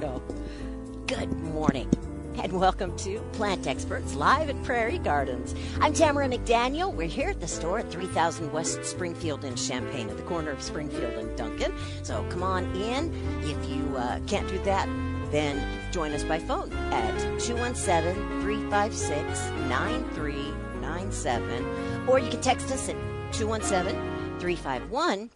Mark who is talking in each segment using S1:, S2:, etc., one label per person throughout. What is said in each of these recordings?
S1: go. Good morning and welcome to Plant Experts live at Prairie Gardens. I'm Tamara McDaniel. We're here at the store at 3000 West Springfield in Champaign at the corner of Springfield and Duncan. So come on in. If you uh, can't do that, then join us by phone at 217 356 9397 or you can text us at 217 351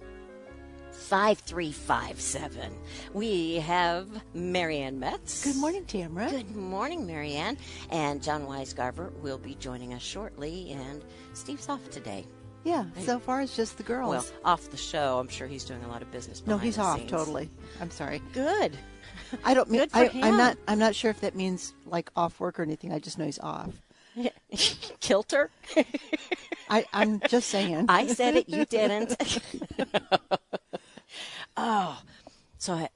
S1: 5357. We have Marianne Metz.
S2: Good morning, Tamara.
S1: Good morning, Marianne. And John Weisgarber will be joining us shortly, and Steve's off today.
S2: Yeah, so far it's just the girls.
S1: Well, off the show. I'm sure he's doing a lot of business.
S2: no,
S1: behind
S2: he's
S1: the
S2: off
S1: scenes.
S2: totally. I'm sorry.
S1: Good.
S2: I don't mean
S1: Good for
S2: I,
S1: him.
S2: I'm not. I'm not sure if that means like off work or anything. I just know he's off.
S1: Kilter.
S2: I, I'm just saying.
S1: I said it. You didn't. oh, so I,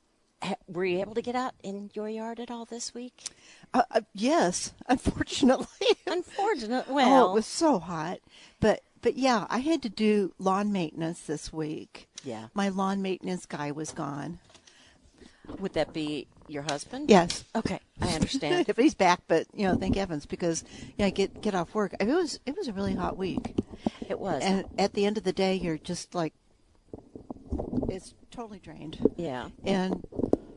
S1: ha- were you able to get out in your yard at all this week?
S2: Uh, uh, yes, unfortunately.
S1: Unfortunately,
S2: oh,
S1: well,
S2: it was so hot. But but yeah, I had to do lawn maintenance this week.
S1: Yeah.
S2: My lawn maintenance guy was gone.
S1: would that be your husband?
S2: Yes.
S1: Okay, I understand.
S2: but he's back. But you know, thank heavens because yeah, get get off work. I mean, it was it was a really hot week.
S1: it was.
S2: and at the end of the day you're just like it's totally drained
S1: yeah.
S2: and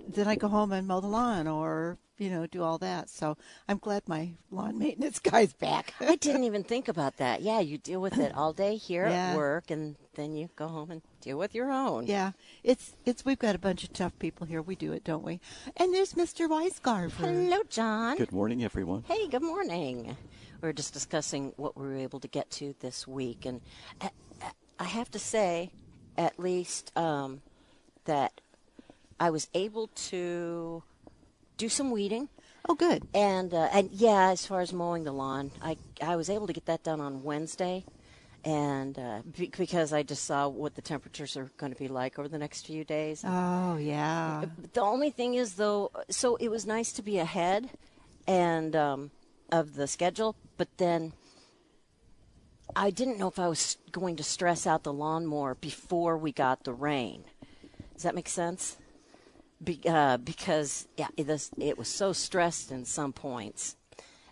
S2: then i go home and mow the lawn or you know do all that so i'm glad my lawn maintenance guy's back
S1: I didn't even think about that. Yeah, you deal with it all day here at
S2: Yeah.
S1: work, and then you go home and deal with your own.
S2: yeah it's it's we've got a bunch of tough people here we do it don't we and there's mr weisgarber
S1: Hello, John.
S3: Good morning, everyone.
S1: Hey, good morning. We are just discussing what we were able to get to this week, and I, I- I have to say, at least um, that I was able to do some weeding.
S2: oh good
S1: And uh, and yeah, as far as mowing the lawn, I I was able to get that done on Wednesday, and uh, be- because I just saw what the temperatures are going to be like over the next few days.
S2: oh yeah
S1: But the only thing is though, so it was nice to be ahead, and um, of the schedule, but then. I didn't know if I was going to stress out the lawnmower before we got the rain. Does that make sense? Be, uh, because yeah, it, this, it was so stressed in some points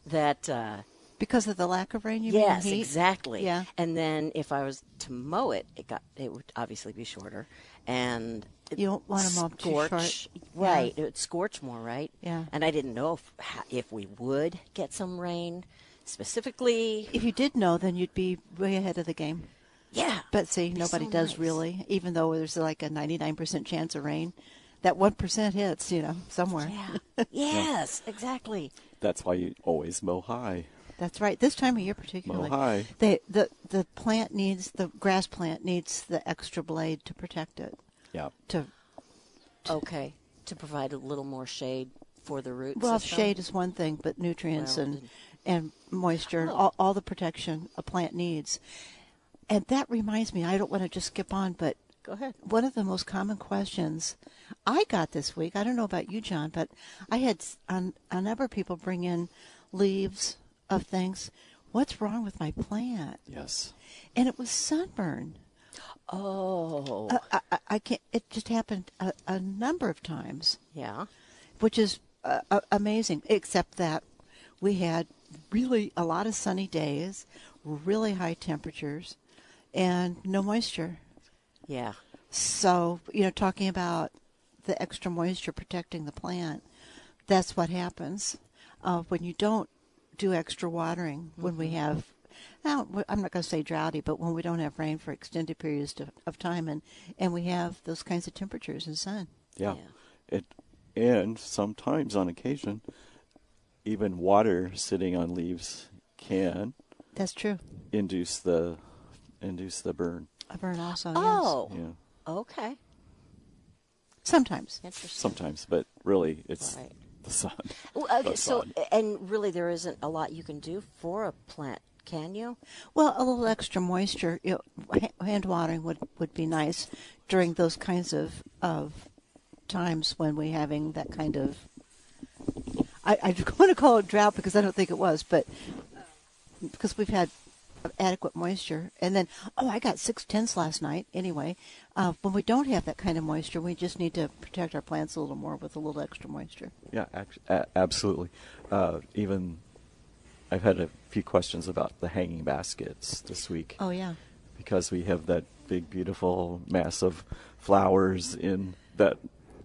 S1: that uh,
S2: because of the lack of rain you
S1: yes,
S2: mean heat?
S1: exactly.
S2: yeah
S1: And then if I was to mow it, it got it would obviously be shorter, and it
S2: You don't wanna mow 'em too short.
S1: scorch-
S2: Yeah.
S1: right? It would scorch more, right?
S2: Yeah.
S1: And I didn't know if ha- if we would get some rain specifically.
S2: if you did know then you'd be way ahead of the game
S1: Yeah.
S2: But see,
S1: Be
S2: nobody
S1: so
S2: does
S1: nice.
S2: really, even though there's like a 99% chance of rain. That 1% hits, you know, somewhere.
S1: Yeah. yes, exactly.
S3: That's why you always mow high.
S2: That's right. This time of year, particularly.
S3: hi.
S2: They, the, the plant needs, the grass plant needs the extra blade to protect it.
S3: Yeah.
S2: To
S1: Okay. To provide a little more shade for the roots.
S2: Well,
S1: system.
S2: shade is one thing, but nutrients
S1: Well, Oh.
S2: and, and moisture, and all, all the protection a plant needs. And that reminds me, I don't want to just skip on, but
S1: Go ahead.
S2: one of the most common questions I got this week, I don't know about you, John, but I had s- a a number of people bring in leaves of things. What's wrong with my plant?
S3: Yes.
S2: And it was sunburn. Uh,
S1: Oh.
S2: I, I- I, I can't. It just happened a, a number of times,
S1: yeah.
S2: which is uh, uh, amazing. Except that we had really a lot of sunny days, really high temperatures, and no moisture.
S1: Yeah.
S2: So, you know, talking about the extra moisture protecting the plant, that's what happens uh, when you don't do extra watering, when we have, now, w- I'm not going to say droughty, but when we don't have rain for extended periods to, of time and, and we have those kinds of temperatures and sun.
S3: Yeah.
S1: Yeah.
S3: It and sometimes on occasion even water sitting on leaves can
S2: That's true.
S3: induce the induce the burn.
S2: Oh, A burn also. yes.
S1: Oh.
S3: Yeah.
S1: Okay.
S2: Sometimes.
S1: Interesting.
S3: sometimes, but really it's
S1: Right.
S3: the sun.
S1: Well, okay,
S3: That's
S1: so
S3: odd.
S1: and really there isn't a lot you can do for a plant, can you?
S2: Well, a little extra moisture, you know, ha- hand watering would, would be nice during those kinds of, of times when we're having that kind of. I, I want to call it drought because I don't think it was, but uh, because we've had adequate moisture. And then, oh, I got six tens last night anyway. Uh, when we don't have that kind of moisture, we just need to protect our plants a little more with a little extra moisture.
S3: Yeah, act- a- absolutely. Uh, even I've had a few questions about the hanging baskets this week.
S2: Oh, yeah.
S3: because we have that big, beautiful mass of flowers in that,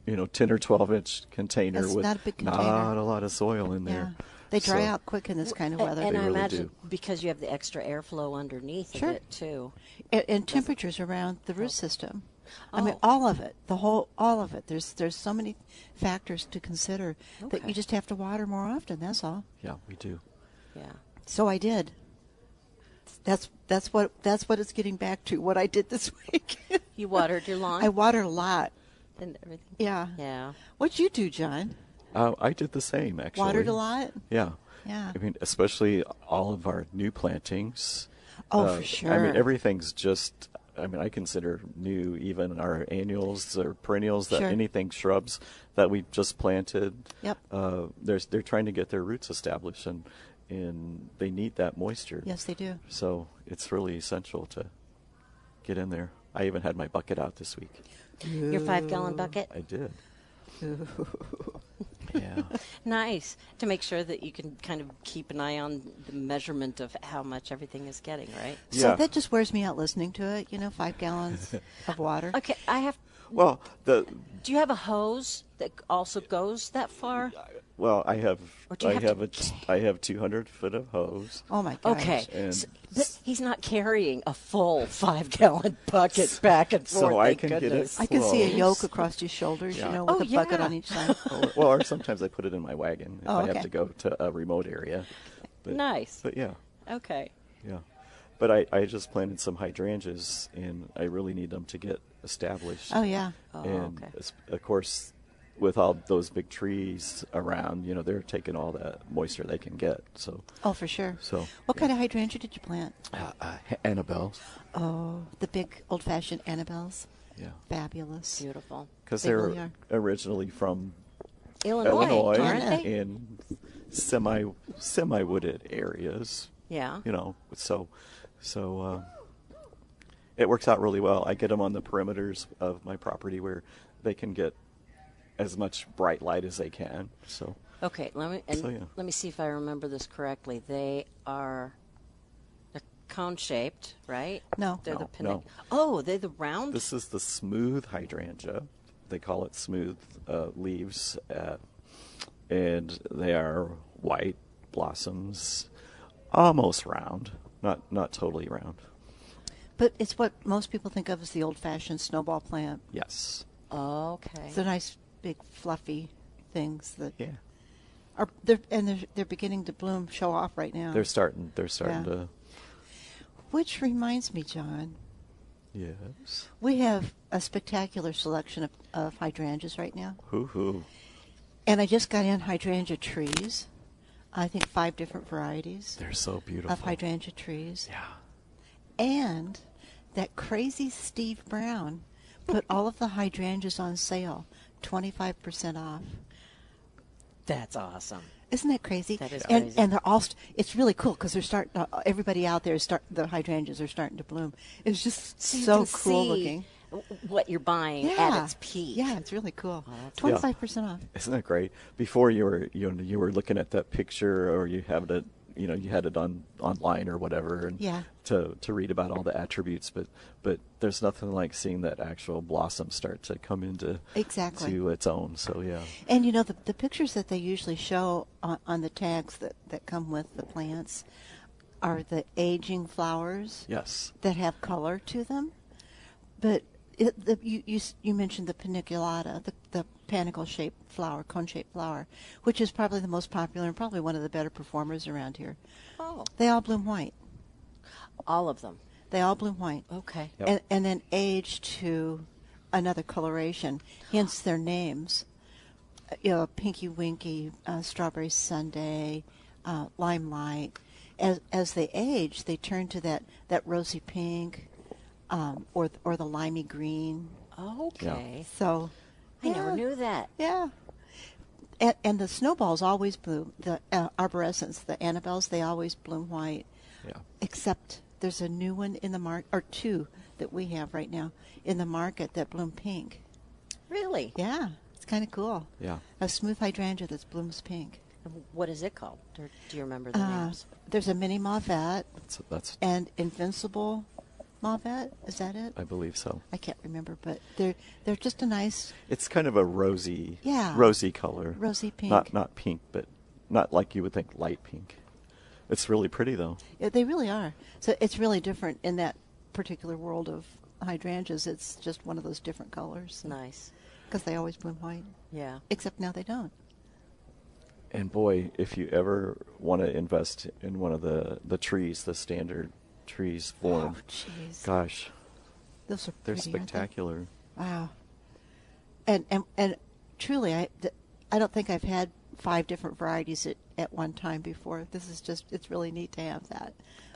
S3: you know, ten or twelve inch container
S2: That's
S3: with
S2: not a big container.
S3: not a lot of soil in
S2: Yeah.
S3: there.
S2: They dry
S3: So-
S2: out quick in this kind of
S1: A-
S2: weather.
S1: and I
S3: really
S1: imagine
S3: do.
S1: because you have the extra airflow underneath
S2: Sure.
S1: of it too.
S2: and, and temperatures around the root system. I mean,
S1: Oh.
S2: all of it, the whole, all of it. There's there's so many factors to consider that
S1: Okay.
S2: you just have to water more often. That's all.
S3: Yeah, we do.
S1: Yeah.
S2: So I did. That's that's what that's what it's getting back to. What I did this week.
S1: You watered your lawn
S2: I watered a lot.
S1: and everything.
S2: Yeah.
S1: Yeah.
S2: What'd you do, John?
S3: Uh, I did the same actually.
S2: Watered a lot.
S3: Yeah.
S2: Yeah.
S3: I mean, especially all of our new plantings. Uh,
S2: Oh, for
S3: I mean,
S2: sure.
S3: everything's just. I mean, I consider new even our annuals or perennials that
S2: Sure.
S3: anything shrubs that we just planted.
S2: Yep.
S3: Uh, they're they're trying to get their roots established and and they need that moisture.
S2: Yes, they do.
S3: So it's really essential to get in there. I even had my bucket out this week.
S1: Your five gallon bucket.
S3: I did. yeah.
S1: Nice. To make sure that you can kind of keep an eye on the measurement of how much everything is getting, right?
S2: So
S3: Yeah.
S2: that just wears me out listening to it. You know, five gallons of water.
S1: Okay, I have
S3: Well, the
S1: do you have a hose that also goes that far?
S3: Well, I have,
S1: Or do you
S3: I
S1: have
S3: have,
S1: to
S3: a t- I have 200 foot of hose.
S2: Oh my gosh.
S1: Okay.
S3: And
S1: So, but he's not carrying a full five gallon bucket back and
S3: so
S1: forth.
S3: I
S1: thank
S3: can get it
S1: goodness.
S2: I can see a
S3: Close.
S2: yoke across your shoulders. You
S3: Yeah.
S2: know, with
S1: Oh,
S2: a bucket
S1: yeah.
S2: on each side.
S3: or, well, or sometimes I put it in my wagon if
S2: Oh,
S3: I
S2: okay.
S3: have to go to a remote area. But,
S1: Nice.
S3: But yeah,
S1: Okay.
S3: yeah. But I, I just planted some hydrangeas, and I really need them to get established.
S2: Oh yeah.
S3: and
S1: okay.
S3: es- of course, with all those big trees around, you know, they're taking all that moisture they can get. So,
S2: Oh, for sure.
S3: So,
S2: what kind of hydrangea did you plant?
S3: uh, uh, Annabelle.
S2: Oh, the big old-fashioned Annabelles.
S3: Yeah.
S2: Fabulous.
S1: Beautiful.
S3: Because
S2: They
S3: they're
S2: really are.
S3: originally from
S1: Illinois,
S3: Illinois,
S1: aren't
S2: yeah.
S1: they?
S3: in semi semi wooded areas.
S1: Yeah.
S3: You know, so so uh, it works out really well. I get them on the perimeters of my property where they can get as much bright light as they can. So
S1: Okay, let me and
S3: So, yeah.
S1: let me see if I remember this correctly. They are they're cone shaped, right?
S2: No.
S1: They're the
S3: No,
S1: pinnacle.
S3: no.
S1: Oh, they're the round?
S3: this is the smooth hydrangea. They call it smooth uh, leaves, uh, and they are white blossoms, almost round, not not totally round.
S2: But it's what most people think of as the old-fashioned snowball plant.
S3: Yes.
S1: okay.
S2: The nice big fluffy things that
S3: Yeah.
S2: are they're, and they're they're beginning to bloom, show off right now.
S3: They're starting. They're starting
S2: Yeah.
S3: to.
S2: Which reminds me, John,
S3: Yes.
S2: we have a spectacular selection of, of hydrangeas right now.
S3: Hoo hoo.
S2: And I just got in hydrangea trees. I think five different varieties
S3: They're so beautiful.
S2: of hydrangea trees.
S3: Yeah.
S2: And that crazy Steve Brown put all of the hydrangeas on sale, 25% off.
S1: That's awesome.
S2: Isn't that crazy?
S1: That is
S2: and,
S1: crazy.
S2: And they're all, st- it's really cool because they're starting, uh, everybody out there is start, the hydrangeas are starting to bloom. It's just
S1: you
S2: so
S1: can
S2: cool
S1: see
S2: looking.
S1: w- What you're buying at its peak.
S2: Yeah, it's really cool.
S1: that's
S3: cool.
S2: 25% off.
S3: Isn't that great? Before you were you know, you were looking at that picture or you have it you know you had it on online or whatever and
S2: Yeah.
S3: to to read about all the attributes but but there's nothing like seeing that actual blossom start to come into
S2: Exactly.
S3: to its own so yeah
S2: And you know the the pictures that they usually show on, on the tags that that come with the plants are the aging flowers
S3: yes
S2: that have color to them. But it, the, you, you s- you mentioned the paniculata, the the panicle shaped flower, cone shaped flower, which is probably the most popular and probably one of the better performers around here.
S1: Oh,
S2: They all bloom white.
S1: all of them.
S2: They all bloom white. Oh,
S1: Okay.
S3: Yep.
S2: And, and then age to another coloration, hence their names. Uh, You know, Pinky Winky, uh, Strawberry Sunday, uh, Limelight. As as they age, they turn to that that rosy pink, um, or th- or the limey green.
S1: Okay.
S2: So,
S1: I never
S2: yeah.
S1: knew that.
S2: Yeah. And, and the snowballs always bloom. The uh, arborescents, the Annabelles, they always bloom white.
S3: Yeah.
S2: Except there's a new one in the market, or two that we have right now in the market that bloom pink.
S1: Really?
S2: Yeah, it's kind of cool.
S3: Yeah.
S2: A smooth hydrangea that blooms pink.
S1: What is it called? Or do you remember the
S3: Oh,
S2: Uh,
S1: names?
S2: there's a mini mauvette
S3: So that's
S2: and invincible mauvette. Is that it?
S3: I believe so.
S2: I can't remember, but they're they're just a nice
S3: It's kind of a rosy,
S2: Yeah.
S3: rosy color.
S2: Rosy pink.
S3: Not not pink, but not like you would think light pink. It's really pretty though.
S2: Yeah, they really are. So it's really different in that particular world of hydrangeas. It's just one of those different colors.
S1: Nice.
S2: Because they always bloom white,
S1: Yeah.
S2: except now they don't.
S3: And boy, if you ever want to invest in one of the the trees, the standard trees form.
S2: Oh, jeez.
S3: Gosh,
S2: Those are
S3: they're
S2: pretty, aren't they?
S3: spectacular.
S2: Wow. And and and truly, I th- I don't think I've had five different varieties at, at one time before. This is just it's really neat to have that.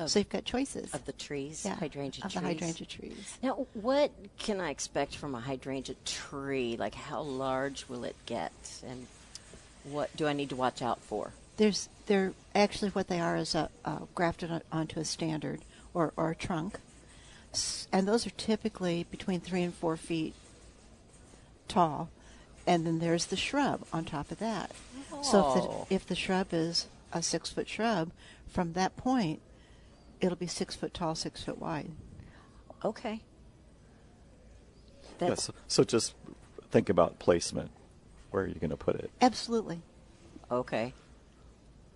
S2: so you've got choices
S1: Of the trees,
S2: yeah,
S1: hydrangea
S2: of
S1: trees.
S2: the hydrangea trees.
S1: Now, what can I expect from a hydrangea tree? Like, how large will it get, and what do I need to watch out for?
S2: There's they're actually what they are is a, uh, grafted on, onto a standard or, or a trunk, S- and those are typically between three and four feet tall, and then there's the shrub on top of that. So
S1: Oh.
S2: if the, if the shrub is a six foot shrub, from that point, it'll be six foot tall, six foot wide.
S1: Okay.
S3: Yeah,
S1: That's
S3: so, so just think about placement. Where are you going to put it?
S2: Absolutely.
S1: okay.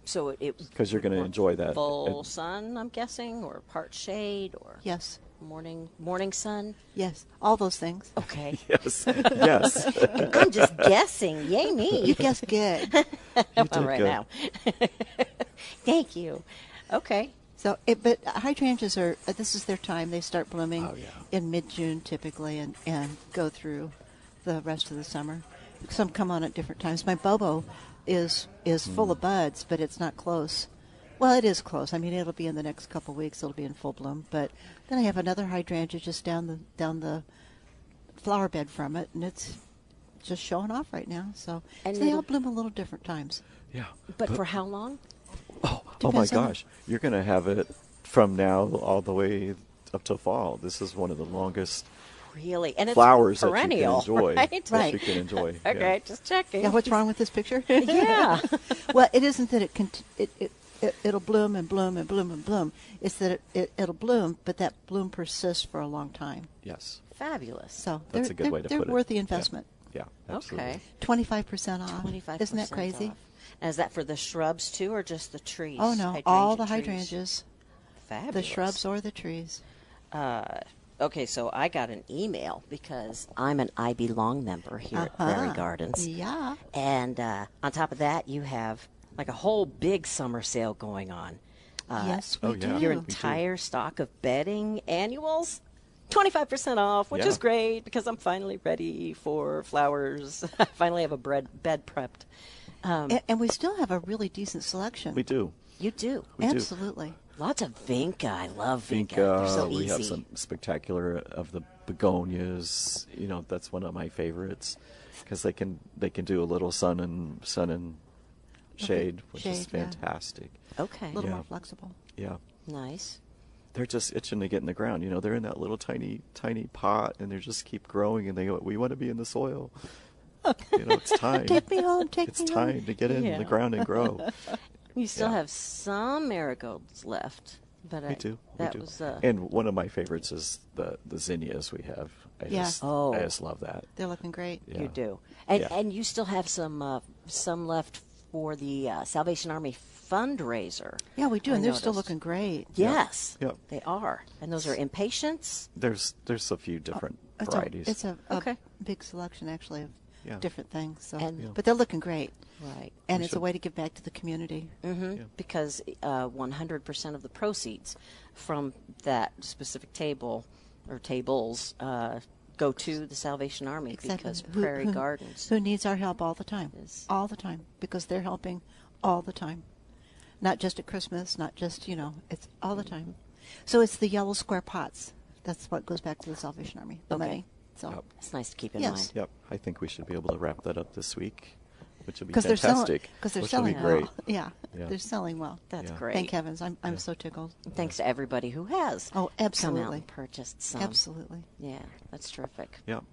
S1: So it
S3: Because you're going to enjoy that.
S1: full
S3: And-
S1: sun, I'm guessing, or part shade, or
S2: Yes.
S1: morning morning sun.
S2: Yes. All those things.
S1: Okay,
S3: yes, yes. You
S1: I'm just guessing. Yay me!
S2: You guess good.
S3: did
S1: Well, right
S3: good.
S1: now. Thank you. Okay.
S2: So, it, but hydrangeas are uh, this is their time. They start blooming
S3: Oh, yeah.
S2: in mid June typically, and and go through the rest of the summer. Some come on at different times. My bobo is is
S3: Hmm.
S2: full of buds, but it's not close. Well, it is close. I mean, it'll be in the next couple weeks. It'll be in full bloom. But then I have another hydrangea just down the down the flower bed from it, and it's just showing off right now. So,
S1: And
S2: so they all
S1: it'll-
S2: bloom a little different times.
S3: Yeah.
S1: But for how long?
S3: Oh my
S2: Depends on the-
S3: gosh, you're going to have it from now all the way up to fall. This is one of the longest
S1: Really? And it's
S3: flowers
S1: perennial,
S3: that you can enjoy.
S1: Right?
S3: That you can enjoy. yeah.
S1: Okay, just checking.
S2: Yeah, what's wrong with this picture?
S1: Yeah.
S2: well, it isn't that it, cont- it, it it it'll bloom and bloom and bloom and bloom. It's that it, it it'll bloom, but that bloom persists for a long time.
S3: Yes.
S1: Fabulous.
S2: So
S3: That's
S2: they're,
S3: a good
S2: they're,
S3: way to
S2: they're
S3: put it.
S2: worth the
S3: Yeah.
S2: investment.
S3: Yeah.
S1: okay.
S3: absolutely.
S2: Twenty five percent off.
S1: 25
S2: Isn't that crazy?
S1: Is that for the shrubs too, or just the trees?
S2: Oh no! All the
S1: trees?
S2: hydrangeas,
S1: Fabulous.
S2: the shrubs or the trees.
S1: Okay, so I got an email because I'm an IB Long member here at Prairie
S2: Uh-huh.
S1: Gardens.
S2: Yeah.
S1: And uh, on top of that, you have like a whole big summer sale going on. Uh,
S2: yes, we
S3: oh, yeah.
S2: do.
S1: Your
S3: We do.
S1: entire stock of bedding annuals, 25% off, which
S3: Yeah.
S1: is great because I'm finally ready for flowers. I finally have a bread, bed prepped. Um,
S2: and, and we still have a really decent selection.
S3: We do.
S1: You do.
S3: We do.
S2: Absolutely.
S1: Lots of vinca. I love vinca.
S3: think uh,
S1: They're so
S3: we
S1: easy.
S3: have some spectacular of the begonias. You know, that's one of my favorites because they can they can do a little sun and sun and shade, which is
S2: Shade, yeah. Oh.
S3: fantastic.
S1: Okay.
S2: A little
S3: Yeah.
S2: more flexible.
S3: Yeah,
S1: Nice.
S3: they're just itching to get in the ground. You know, they're in that little tiny tiny pot, and they just keep growing. And they go, "We want to be in the soil." you know, it's time.
S2: Take me home. Take
S3: it's
S2: me
S3: time
S2: home.
S3: to get in
S1: Yeah.
S3: the ground and grow.
S1: You still
S3: Yeah.
S1: have some marigolds left, but I,
S3: We do. we
S1: that
S3: do.
S1: was uh,
S3: and one of my favorites is the the zinnias we have. I
S2: Yeah.
S3: just
S1: Oh.
S3: I just love that.
S2: They're looking great.
S3: Yeah.
S1: you do, and
S3: Yeah.
S1: and you still have some uh, some left for the uh, Salvation Army fundraiser.
S2: Yeah, we do,
S1: I
S2: and they're still
S1: noticed.
S2: looking great.
S1: Yes,
S3: Yep.
S1: they are, and those are impatience.
S3: There's there's a few different
S2: Oh, It's a,
S3: varieties.
S2: it's a, a
S1: Okay.
S2: big selection actually of
S3: Yeah.
S2: different things. So,
S1: And- Yeah.
S2: but they're looking great,
S1: Right.
S2: and it's a way to give back to the community.
S1: Mm. because uh, 100% of the proceeds from that specific table or tables uh, go to the Salvation Army because Prairie
S2: who,
S1: Gardens.
S2: who needs our help all the time,
S1: Yes.
S2: all the time, because they're helping all the time, not just at Christmas, not just you know, it's all
S1: Mm.
S2: the time. So it's the yellow square pots. That's what goes back to the Salvation Army. The
S1: Okay.
S2: money. So
S1: It's nice to keep in
S2: Yes.
S1: mind.
S3: Yep, I think we should be able to wrap that up this week, which will be
S2: because they're selling,
S3: fantastic.
S2: because they're
S3: which
S2: selling
S3: will be great.
S2: well. Yeah,
S3: Yeah.
S2: they're selling well.
S1: That's
S3: Yeah.
S1: great.
S2: Thank heavens. I'm I'm so tickled.
S1: Thanks to everybody who has
S2: Oh,
S1: come out
S2: absolutely.
S1: and purchased some.
S2: Absolutely.
S1: Yeah, that's terrific.
S3: Yep.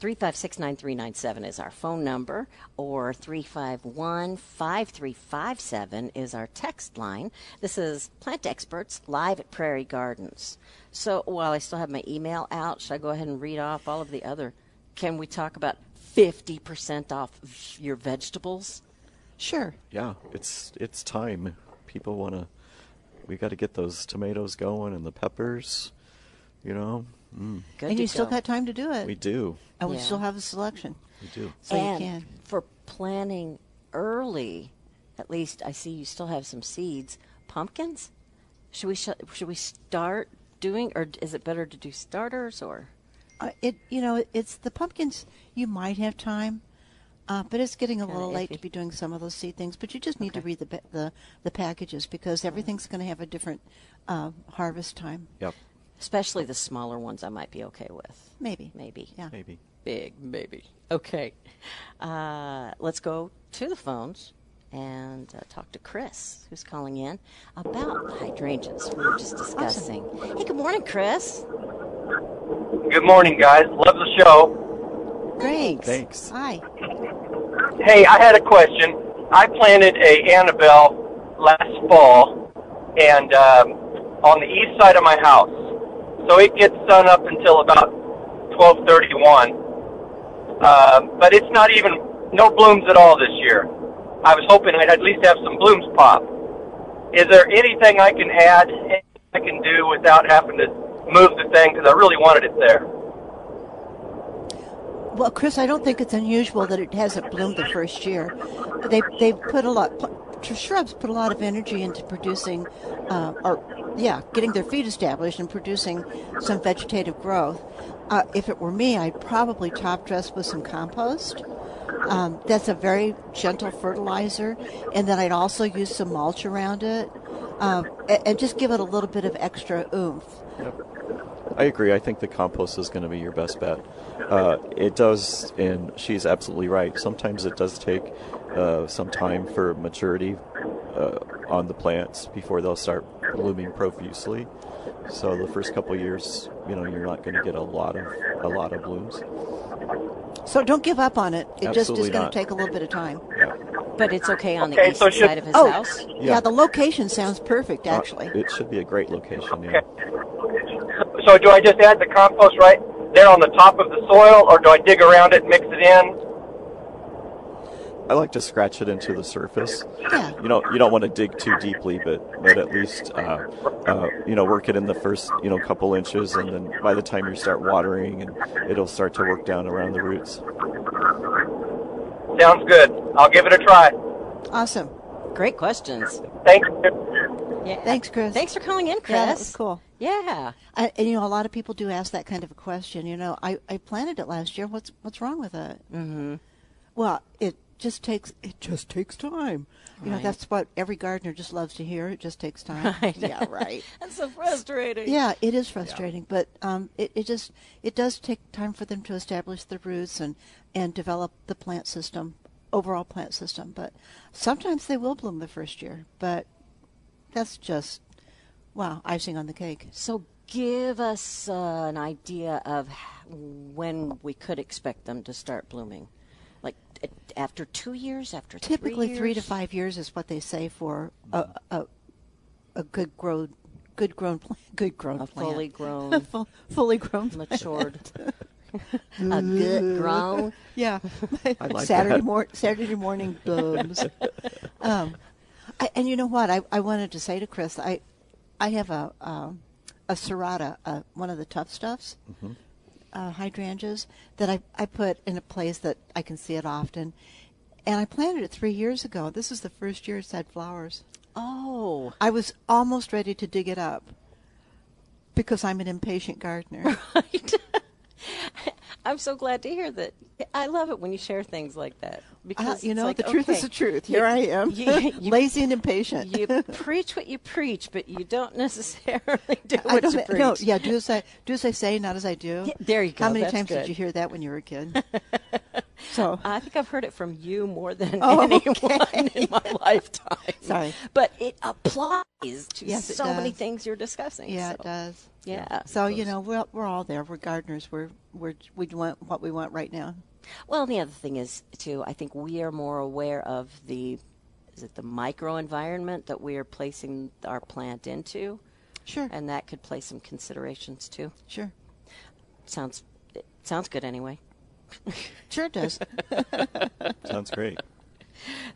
S1: Three five six nine three nine seven is our phone number, or three five one five three five seven is our text line. This is Plant Experts live at Prairie Gardens. So while I still have my email out, should I go ahead and read off all of the other? Can we talk about fifty percent off v- your vegetables?
S2: Sure.
S3: Yeah, it's it's time. People want to. We got to get those tomatoes going and the peppers. You know,
S1: Good
S2: and
S1: to
S2: you still
S1: go.
S2: got time to do it.
S3: we do.
S2: and we
S1: Yeah.
S2: still have a selection.
S3: We do.
S2: So
S1: and
S2: Oh, you can.
S1: for planning early, at least I see you still have some seeds. Pumpkins? Should we sh- should we start doing, or is it better to do starters or?
S2: Uh, it you know it's the pumpkins. You might have time, uh, but it's getting a
S1: Kinda
S2: little late to
S1: iffy.
S2: be doing some of those seed things. But you just need to
S1: Okay.
S2: read the pa- the the packages because everything's going to have a different uh, harvest time.
S3: Yep.
S1: Especially the smaller ones, I might be okay with.
S2: Maybe.
S1: Maybe.
S2: Yeah.
S3: Maybe.
S1: Big, maybe. Okay. Uh, let's go to the phones and uh, talk to Chris, who's calling in about hydrangeas we were just discussing. Hey, good morning, Chris.
S4: Good morning, guys. Love the show.
S2: Great.
S3: Thanks.
S2: Hi.
S4: Hey, I had a question. I planted a Annabelle last fall, and um, on the east side of my house, so it gets sun up until about twelve thirty-one. Um, but it's not even no blooms at all this year. I was hoping I'd at least have some blooms pop. Is there anything I can add? Anything I can do without having to move the thing because I really wanted it there.
S2: Well, Chris, I don't think it's unusual that it hasn't bloomed the first year. They they put a lot. pl- Shrubs put a lot of energy into producing, uh, or yeah, getting their feet established and producing some vegetative growth. Uh, if it were me, I'd probably top dress with some compost. Um, that's a very gentle fertilizer, and then I'd also use some mulch around it, um, and, and just give it a little bit of extra oomph.
S3: I agree. I think the compost is going to be your best bet. Uh, it does, and she's absolutely right. Sometimes it does take uh, some time for maturity uh, on the plants before they'll start blooming profusely. So the first couple years, you know, you're not going to get a lot of a lot of blooms.
S2: So don't give up on it. It just
S3: Absolutely
S2: is going
S3: not.
S2: to take a little bit of time.
S3: Yeah.
S1: But it's okay on the
S4: Okay,
S1: east
S4: so should-
S1: side of his
S2: Oh.
S1: house.
S2: Yeah. the location sounds perfect, actually.
S3: Uh, it should be a great location. Yeah.
S4: So do I just add the compost right there on the top of the soil, or do I dig around it, mix it in?
S3: I like to scratch it into the surface.
S2: Yeah.
S3: You know, you don't want to dig too deeply, but but at least uh, uh, you know work it in the first you know couple inches, and then by the time you start watering, and it'll start to work down around the roots.
S4: Sounds good. I'll give it a try.
S2: Awesome.
S1: Great questions.
S4: Thank you.
S1: Yeah. uh,
S2: Thanks, Chris.
S1: Thanks for calling in, Chris.
S2: Yeah, that was cool.
S1: Yeah.
S2: I, and you know, a lot of people do ask that kind of a question. You know, I, I planted it last year. What's what's wrong with it? Mm-hmm. Well, it just takes it just takes time. You know,
S1: Right.
S2: that's what every gardener just loves to hear. It just takes time. Yeah, right.
S1: That's so frustrating.
S2: Yeah, it is frustrating, but um, it, it just it does take time for them to establish their roots and and develop the plant system, overall plant system. But sometimes they will bloom the first year, but that's just wow, icing on the cake.
S1: So give us uh, an idea of h- when we could expect them to start blooming. Like a- after two years, after
S2: Typically,
S1: three,
S2: three,
S1: years? Mm-hmm.
S2: to five years is what they say for a a, a good grown good grown plant, good grown
S1: A
S2: plant.
S1: fully grown,
S2: Full, fully grown, plant.
S1: matured, a good
S2: Mm.
S1: grown.
S2: Yeah,
S3: like
S2: Saturday
S3: that.
S2: morning. Saturday morning blooms. um, I, and you know what? I, I wanted to say to Chris, I I have a um, a serrata, uh, one of the tough stuffs,
S1: Mm-hmm.
S2: uh, hydrangeas that I I put in a place that I can see it often, and I planted it three years ago. This is the first year it's had flowers.
S1: Oh,
S2: I was almost ready to dig it up because I'm an impatient gardener.
S1: I'm so glad to hear that. I love it when you share things like that
S2: Uh,
S1: because
S2: you
S1: it's
S2: know,
S1: like,
S2: the truth is
S1: okay,
S2: the truth. Here I am,
S1: you- you-
S2: lazy and impatient.
S1: You preach what you preach, but you don't necessarily do what
S2: I don't
S1: you
S2: thi-
S1: preach.
S2: no, yeah, do as I do as I say, not as I do.
S1: Yeah, there you
S2: How
S1: go,
S2: many
S1: that's
S2: times
S1: good. Uh,
S2: did you hear that when you were a kid? so
S1: I think I've heard it from you more than
S2: Oh,
S1: anyone
S2: okay.
S1: in my lifetime.
S2: Sorry.
S1: But it applies to
S2: Yes, it
S1: so many
S2: does.
S1: things you're discussing.
S2: yeah,
S1: so,
S2: it does.
S1: Yeah.
S2: So you know, we're we're all there. We're gardeners. We're we're we want what we want right now.
S1: Well, the other thing is too. I think we are more aware of the is it the microenvironment that we are placing our plant into,
S2: Sure,
S1: and that could play some considerations too.
S2: sure,
S1: Sounds it sounds good anyway.
S2: sure it does.
S3: Sounds great.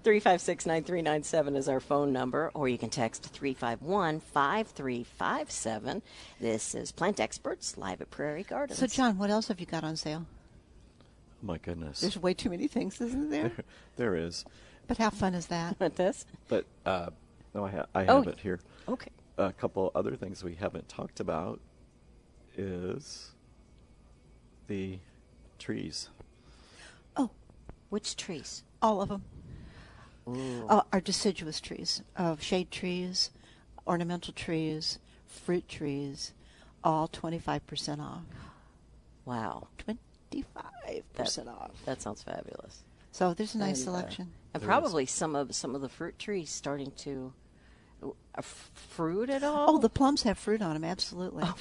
S1: 356-9397 is our phone number, or you can text 351-5357. This is Plant Experts live at Prairie Gardens.
S2: so John, what else have you got on sale?
S3: Oh my goodness.
S2: There's way too many things, isn't there?
S3: There is.
S2: But how fun is that?
S1: with this?
S3: But uh, no, I, ha- I
S1: Oh,
S3: have it here.
S1: Okay.
S3: A couple other things we haven't talked about is the trees.
S2: Oh,
S1: Which trees?
S2: all of them. Uh, are deciduous trees, of shade trees, ornamental trees, fruit trees, all 25% off.
S1: Wow.
S2: 25% off.
S1: That sounds fabulous.
S2: So there's a nice
S1: And, uh,
S2: selection.
S1: And probably some of some of the fruit trees starting to uh, f- fruit at all.
S2: Oh, the plums have fruit on them, absolutely.
S1: Oh,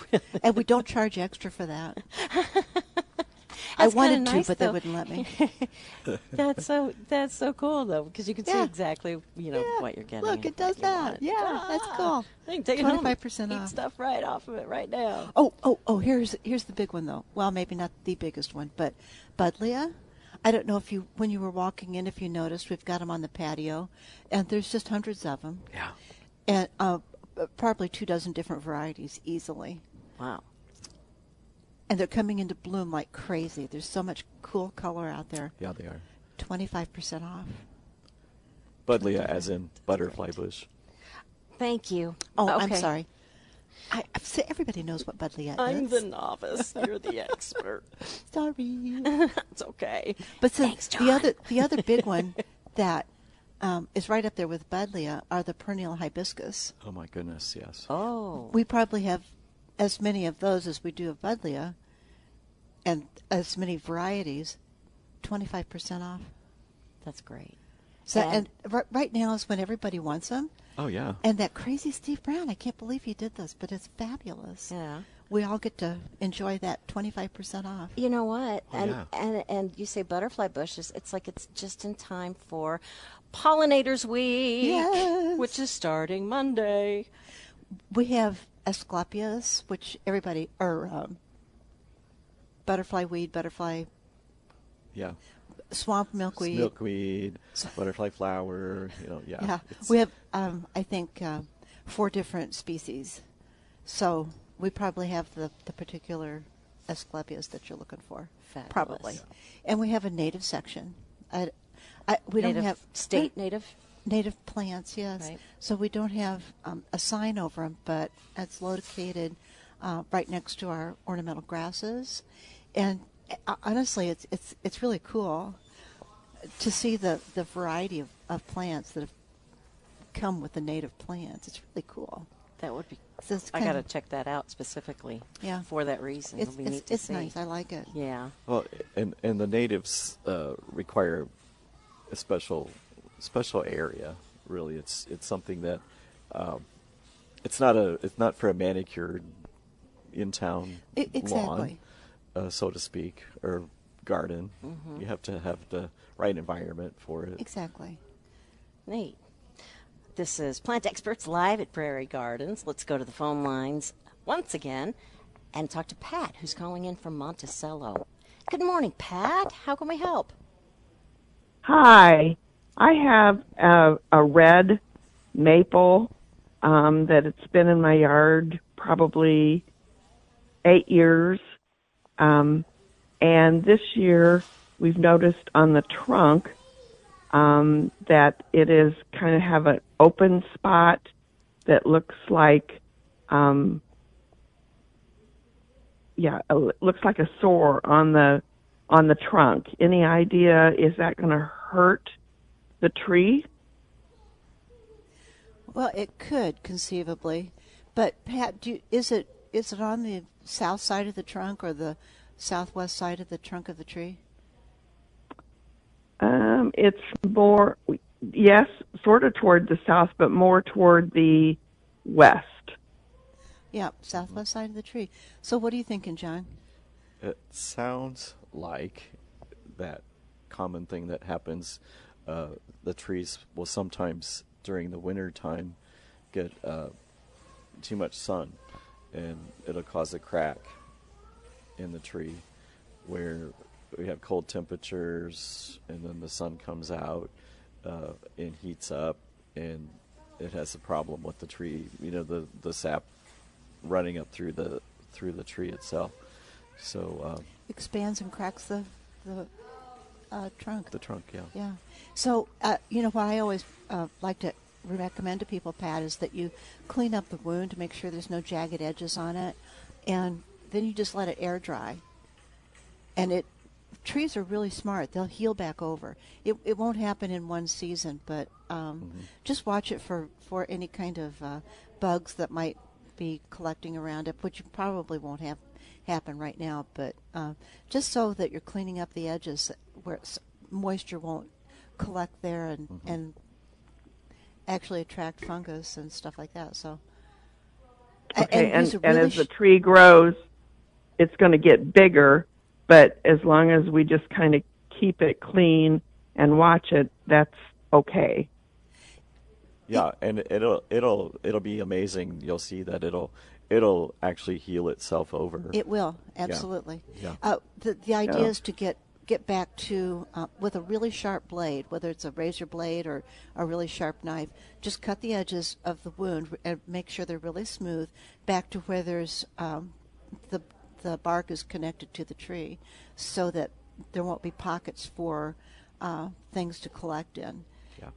S2: and we don't charge extra for that. I
S1: That's kinda
S2: wanted to,
S1: nice,
S2: but
S1: though.
S2: they wouldn't let me.
S1: that's so that's so cool though because you can see
S2: Yeah.
S1: exactly you know
S2: Yeah.
S1: what you're getting.
S2: Look,
S1: and
S2: it
S1: what
S2: does
S1: you
S2: that.
S1: want.
S2: Yeah, that's cool.
S1: Ah, I can take it home. and
S2: 25%
S1: Eat
S2: off.
S1: stuff right off of it right now.
S2: Oh, oh, oh! Here's here's the big one though. Well, maybe not the biggest one, but Budlia. I don't know if you when you were walking in, if you noticed, we've got them on the patio, and there's just hundreds of them,
S3: Yeah.
S2: and uh, probably two dozen different varieties easily,
S1: Wow.
S2: and they're coming into bloom like crazy. There's so much cool color out there.
S3: Yeah, they are.
S2: Twenty five percent off.
S3: Budlia, as in butterfly bush.
S1: Thank you.
S2: Oh, I'm
S1: Okay.
S2: sorry. I, I say everybody knows what Budlia
S1: I'm
S2: is.
S1: the novice. You're the expert.
S2: sorry.
S1: It's okay.
S2: But so
S1: Thanks, John.
S2: the other the other big one that um, is right up there with Budlia are the perennial hibiscus.
S3: Oh my goodness, yes.
S1: Oh,
S2: We probably have as many of those as we do of Budlia, and as many varieties. Twenty five percent off.
S1: that's great.
S2: So
S1: And-
S2: and, ri- right now is when everybody wants them.
S3: Oh yeah.
S2: And that crazy Steve Brown, I can't believe he did this, but it's fabulous.
S1: Yeah.
S2: We all get to enjoy that twenty five percent off.
S1: You know what?
S3: Oh,
S1: and
S3: yeah.
S1: and and you say butterfly bushes. It's like it's just in time for pollinators week,
S2: Yes.
S1: which is starting Monday.
S2: We have Asclepias, which everybody, or um, butterfly weed, butterfly
S3: Yeah.
S2: swamp milkweed.
S3: Milkweed, butterfly flower, you know, yeah.
S2: Yeah,
S3: It's-
S2: we have, um, I think, uh, four different species. So we probably have the, the particular Asclepias that you're looking for.
S1: Fabulous.
S2: Probably.
S1: Yeah.
S2: And we have a native section. I, I, we
S1: native
S2: don't have
S1: state native.
S2: native plants, yes.
S1: Right.
S2: So we don't have um, a sign over them, but it's located uh, right next to our ornamental grasses, and uh, honestly, it's it's it's really cool to see the the variety of, of plants that have come with the native plants. It's really cool.
S1: That would be.
S2: So it's
S1: I
S2: kind
S1: got to
S2: of-
S1: check that out specifically.
S2: Yeah.
S1: For that reason,
S2: It's
S1: It'll be neat
S2: it's,
S1: to
S2: it's
S1: see.
S2: nice. I like it.
S1: Yeah.
S3: Well, and and the natives uh, require a special special area. Really, it's it's something that um, it's not a it's not for a manicured in town
S2: E-
S3: lawn,
S2: exactly.
S3: uh, so to speak, or garden.
S2: Mm-hmm.
S3: You have to have the right environment for it.
S2: Exactly.
S1: Neat. This is Plant Experts live at Prairie Gardens. Let's go to the phone lines once again and talk to Pat, who's calling in from Monticello. Good morning, Pat. How can we help?
S5: Hi, I have a, a red maple um, that it's been in my yard probably eight years, um, and this year we've noticed on the trunk um, that it is kind of have an open spot that looks like um, yeah, a- looks like a sore on the on the trunk. Any idea? Is that going to hurt the tree?
S2: Well, it could conceivably, but Pat, do you, is it is it on the south side of the trunk or the southwest side of the trunk of the tree?
S5: Um, it's more, yes, sort of toward the south, but more toward the west.
S2: Yeah, southwest side of the tree. So what are you thinking, John?
S3: It sounds like that common thing that happens. Uh, the trees will sometimes during the winter time get uh, too much sun, and it'll cause a crack in the tree where we have cold temperatures, and then the sun comes out uh, and heats up, and it has a problem with the tree. You know, the the sap running up through the through the tree itself. So um,
S2: Expands and cracks the the uh, trunk.
S3: the trunk, yeah.
S2: Yeah. So, uh, you know, what I always uh, like to recommend to people, Pat, is that you clean up the wound to make sure there's no jagged edges on it, and then you just let it air dry. And it, trees are really smart. They'll heal back over. It, it won't happen in one season, but um, just watch it for, for any kind of uh, bugs that might be collecting around it, which you probably won't have happen right now, but uh, just so that you're cleaning up the edges where s- moisture won't collect there and, and actually attract fungus and stuff like that. So, A-
S5: Okay, and,
S2: use a
S5: and
S2: really
S5: as the
S2: sh-
S5: tree grows, it's going to get bigger, but as long as we just kind of keep it clean and watch it, that's okay.
S3: Yeah, and it'll it'll it'll be amazing. You'll see that it'll it'll actually heal itself over.
S2: It will absolutely.
S3: Yeah.
S2: Uh, the the idea
S5: Yeah.
S2: is to get get back to uh, with a really sharp blade, whether it's a razor blade or a really sharp knife. Just cut the edges of the wound and make sure they're really smooth, back to where there's um, the the bark is connected to the tree, so that there won't be pockets for uh, things to collect in.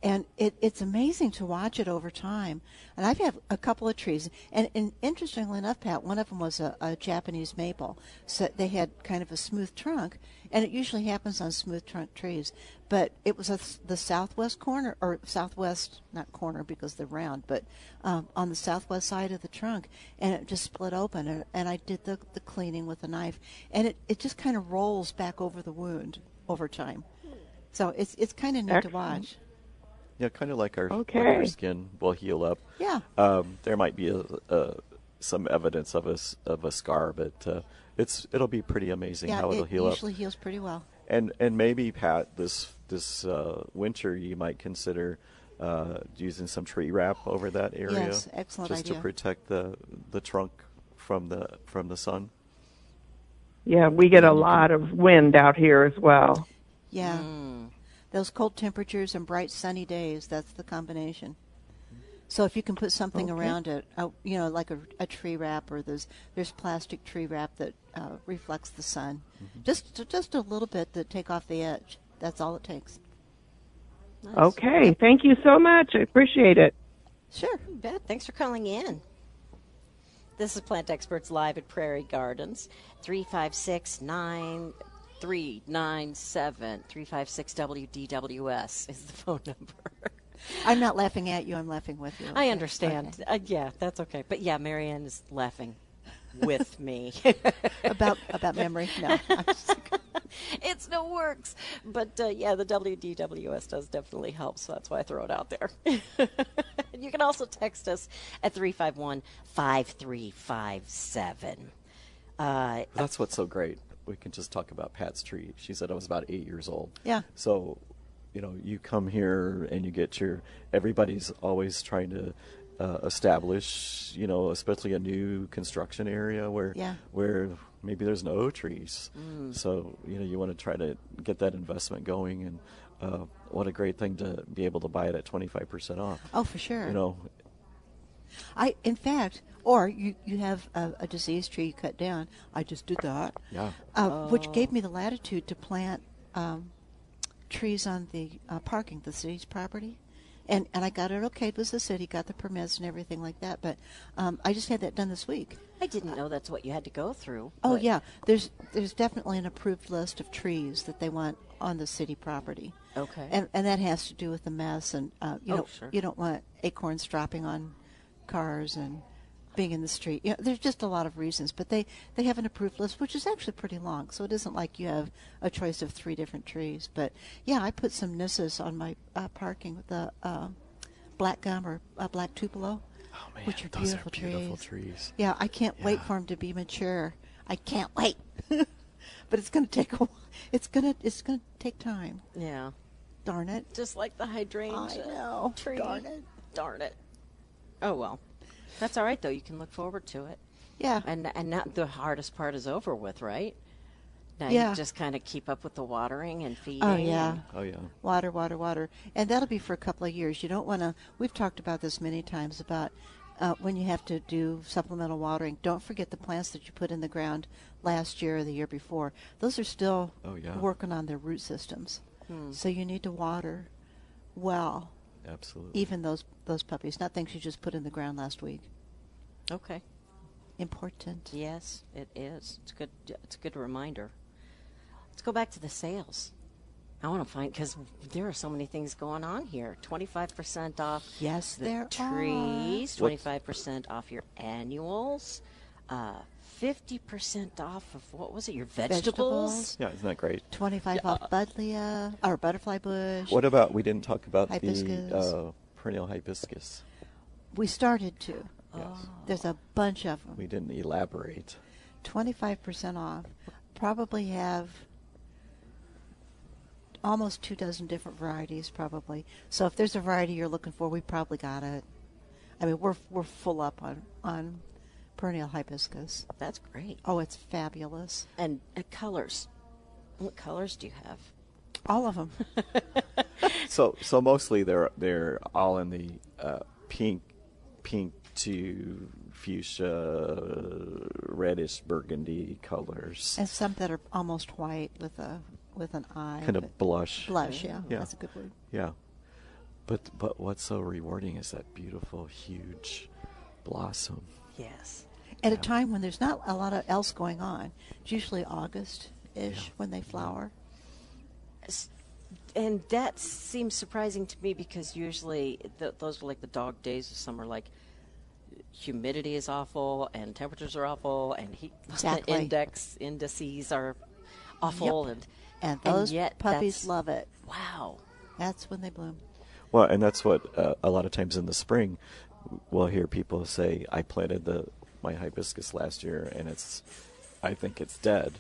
S2: And it, it's amazing to watch it over time. And I've had a couple of trees, and, and interestingly enough, Pat, one of them was a, a Japanese maple. So they had kind of a smooth trunk, and it usually happens on smooth trunk trees. But it was a, the southwest corner, or southwest, not corner because they're round, but um, on the southwest side of the trunk, and it just split open. And, and I did the, the cleaning with a knife, and it, it just kind of rolls back over the wound over time. So it's it's kind of neat to
S5: Excellent.
S2: watch.
S3: yeah, kind of like our like
S5: Okay.
S3: our skin will heal up.
S2: Yeah.
S3: Um, there might be a, a, some evidence of a s- of a scar, but uh, it's it'll be pretty amazing
S2: Yeah,
S3: how it'll
S2: it
S3: heal up.
S2: usually heals pretty well.
S3: And and maybe Pat, this this uh, winter you might consider uh, using some tree wrap over that area.
S2: Yes, excellent
S3: just
S2: idea.
S3: to protect the the trunk from the from the sun.
S5: Yeah, we get a lot of wind out here as well.
S2: Yeah.
S1: Mm.
S2: Those cold temperatures and bright sunny days, that's the combination. So if you can put something around it, uh, you know, like a, a tree wrap or there's there's plastic tree wrap that uh, reflects the sun,
S1: Mm-hmm.
S2: just ju- just a little bit to take off the edge. That's all it takes.
S5: Okay, thank you so much. I appreciate it.
S2: Sure.
S1: Bet. Thanks for calling in. This is Plant Experts Live at Prairie Gardens, 356 9397. 356 WDWS is the phone number.
S2: I'm not laughing at you. I'm laughing with you.
S1: I
S2: Okay.
S1: understand. Uh, yeah, that's okay. But yeah, Marianne is laughing with me.
S2: Okay. about about memory. No. I'm just-
S1: it's no works. But uh, yeah, the WDWS does definitely help, so that's why I throw it out there. and you can also text us at 351 5357. Uh,
S3: That's what's so great. We can just talk about Pat's tree. She said I was about eight years old.
S2: Yeah.
S3: So, you know, you come here and you get your. Everybody's always trying to uh, establish, you know, especially a new construction area where
S2: Yeah. Mm.
S3: where maybe there's no trees. So you know, you want to try to get that investment going, and uh, what a great thing to be able to buy it at twenty five percent off.
S2: oh, for sure.
S3: You know,
S2: I, in fact, or you, you have a, a diseased tree you cut down. I just did that.
S3: Yeah.
S2: Uh, Which gave me the latitude to plant um, trees on the uh, parking, the city's property. and and I got it okayed with the city, got the permits and everything like that. But um, I just had that done this week.
S1: I didn't know that's what you had to go through.
S2: Uh, Oh
S1: but-
S2: yeah, there's there's definitely an approved list of trees that they want on the city property.
S1: Okay.
S2: And and that has to do with the mess and uh, you
S1: Oh,
S2: know
S1: sure.
S2: you don't want acorns dropping on cars and being in the street. You know, there's just a lot of reasons, but they they have an approved list which is actually pretty long. So it isn't like you have a choice of three different trees. But yeah, I put some nisses on my uh, parking with the uh, black gum or uh, black tupelo.
S3: Oh man,
S2: which are
S3: those
S2: beautiful,
S3: are beautiful
S2: trees.
S3: trees.
S2: Yeah, I can't wait
S3: Yeah.
S2: for him to be mature. I can't wait. but it's going to take a while. It's going to it's going to take time.
S1: Yeah.
S2: Darn it.
S1: Just like the hydrangea.
S2: I know.
S1: Tree.
S2: Darn it.
S1: Darn it. Oh well. That's all right though. You can look forward to it.
S2: Yeah.
S1: And and now the hardest part is over with, right? Now
S2: Yeah.
S1: you just kind of keep up with the watering and feeding.
S2: oh yeah.
S1: and-
S3: Oh yeah.
S2: Water, water, water. And that'll be for a couple of years. You don't want to We've talked about this many times about uh, when you have to do supplemental watering, don't forget the plants that you put in the ground last year or the year before. Those are still
S3: Oh, yeah.
S2: working on their root systems. So you need to water well
S3: Absolutely.
S2: even those those puppies, not things you just put in the ground last week.
S1: Okay.
S2: Important.
S1: Yes, it is. It's good. It's a good reminder. Let's go back to the sales. I want to find because there are so many things going on here. Twenty-five percent off.
S2: Yes,
S1: the
S2: there
S1: trees. Twenty-five percent off your annuals. uh, Fifty percent off of what was it? Your vegetables.
S2: Vegetables.
S3: yeah, isn't that great?
S2: Twenty-five off Budlia or butterfly bush.
S3: What about we didn't talk about
S2: Hibiscus.
S3: the uh, perennial hibiscus?
S2: We started to.
S3: Yes.
S2: There's a bunch of them.
S3: We didn't elaborate.
S2: Twenty-five percent off. Probably have almost two dozen different varieties, probably. So if there's a variety you're looking for, we probably got it. I mean, we're we're full up on on perennial hibiscus.
S1: That's great.
S2: Oh, it's fabulous.
S1: And uh, colors. What colors do you have?
S2: All of them.
S3: So so mostly they're they're all in the uh, pink pink to fuchsia reddish burgundy colors.
S2: And some that are almost white with a with an eye.
S3: kind
S2: but-
S3: of blush.
S2: blush. Yeah,
S3: Yeah.
S2: that's a good word.
S3: Yeah. But but what's so rewarding is that beautiful huge blossom.
S1: Yes.
S2: At a time when there's not a lot of else going on, it's usually August ish when they flower.
S1: S- and that seems surprising to me because usually th- those are like the dog days of summer like humidity is awful and temperatures are awful and heat
S2: Exactly.
S1: index indices are awful and
S2: And those
S1: yet
S2: puppies
S1: that's-
S2: love it.
S1: wow
S2: That's when they bloom.
S3: Well, and that's what uh, a lot of times in the spring, we'll hear people say, "I planted the my hibiscus last year, and it's, I think it's dead."